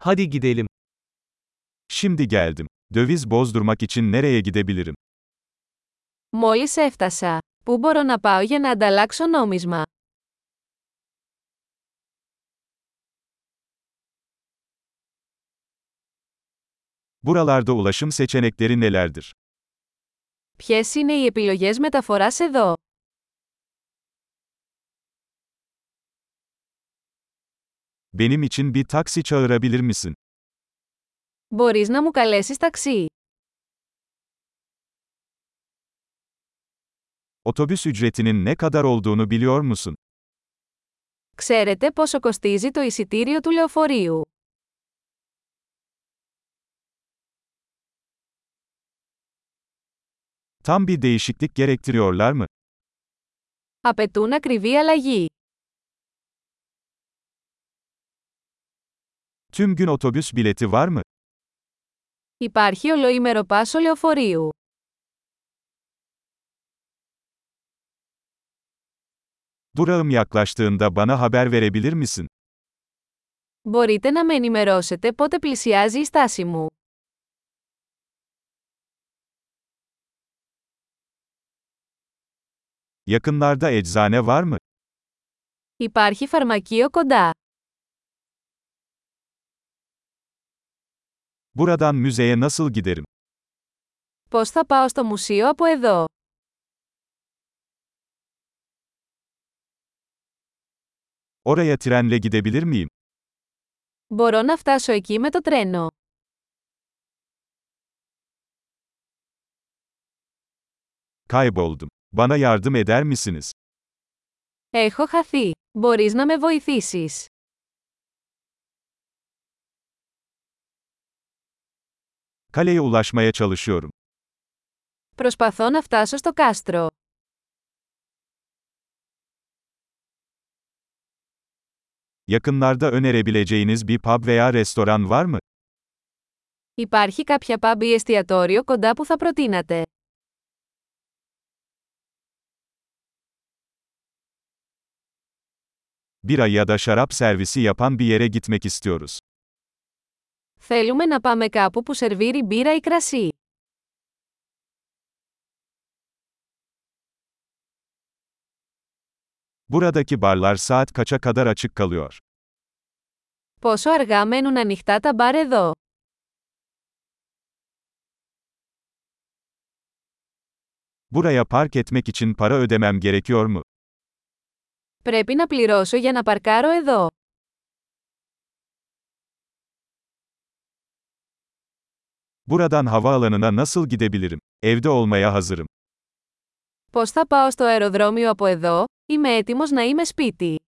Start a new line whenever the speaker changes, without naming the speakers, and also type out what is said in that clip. Hadi gidelim.
Şimdi geldim. Döviz bozdurmak için nereye gidebilirim?
Μόλις έφτασα. Πού μπορώ να πάω για να ανταλλάξω νόμισμα.
Buralarda ulaşım seçenekleri nelerdir?
Ποιες είναι οι επιλογές μεταφοράς εδώ.
Benim için bir taksi çağırabilir misin?
Μπορείς να μου καλέσεις ταξί.
Otobüs ücretinin ne kadar olduğunu biliyor musun?
Ξέρετε πόσο κοστίζει το εισιτήριο του λεωφορείου.
Tam bir değişiklik gerektiriyorlar mı?
Απαιτούν ακριβή αλλαγή.
Tüm gün otobüs bileti var mı?
Υπάρχει ολοήμερο πάσο λεωφορείου.
Durağım yaklaştığında bana haber verebilir misin?
Μπορείτε να με ενημερώσετε πότε πλησιάζει η στάση μου.
Yakınlarda eczane var mı?
Υπάρχει φαρμακείο κοντά.
Buradan müzeye nasıl giderim?
Πώς θα πάω στο μουσείο από εδώ.
Oraya trenle gidebilir miyim?
Μπορώ να φτάσω εκεί με το τρένο.
Kayboldum. Bana yardım eder misiniz?
Έχω χαθεί. Μπορείς να με βοηθήσεις.
Kaleye ulaşmaya çalışıyorum.
Προσπαθώ να φτάσω στο κάστρο.
Yakınlarda önerebileceğiniz bir pub veya restoran var mı?
Υπάρχει κάποια pub ή εστιατόριο κοντά που θα προτείνατε.
Bira ya da şarap servisi yapan bir yere gitmek istiyoruz.
Θέλουμε να πάμε κάπου που σερβίρει μπύρα ή κρασί.
Buradaki barlar saat kaça kadar açık kalıyor?
Πόσο αργά μένουν ανοιχτά τα μπαρ εδώ.
Buraya park etmek için para ödemem gerekiyor mu?
Πρέπει να πληρώσω για να παρκάρω εδώ.
Buradan havaalanına nasıl gidebilirim? Evde olmaya hazırım.
Πώς θα πάω στο αεροδρόμιο από εδώ, είμαι έτοιμος να είμαι σπίτι.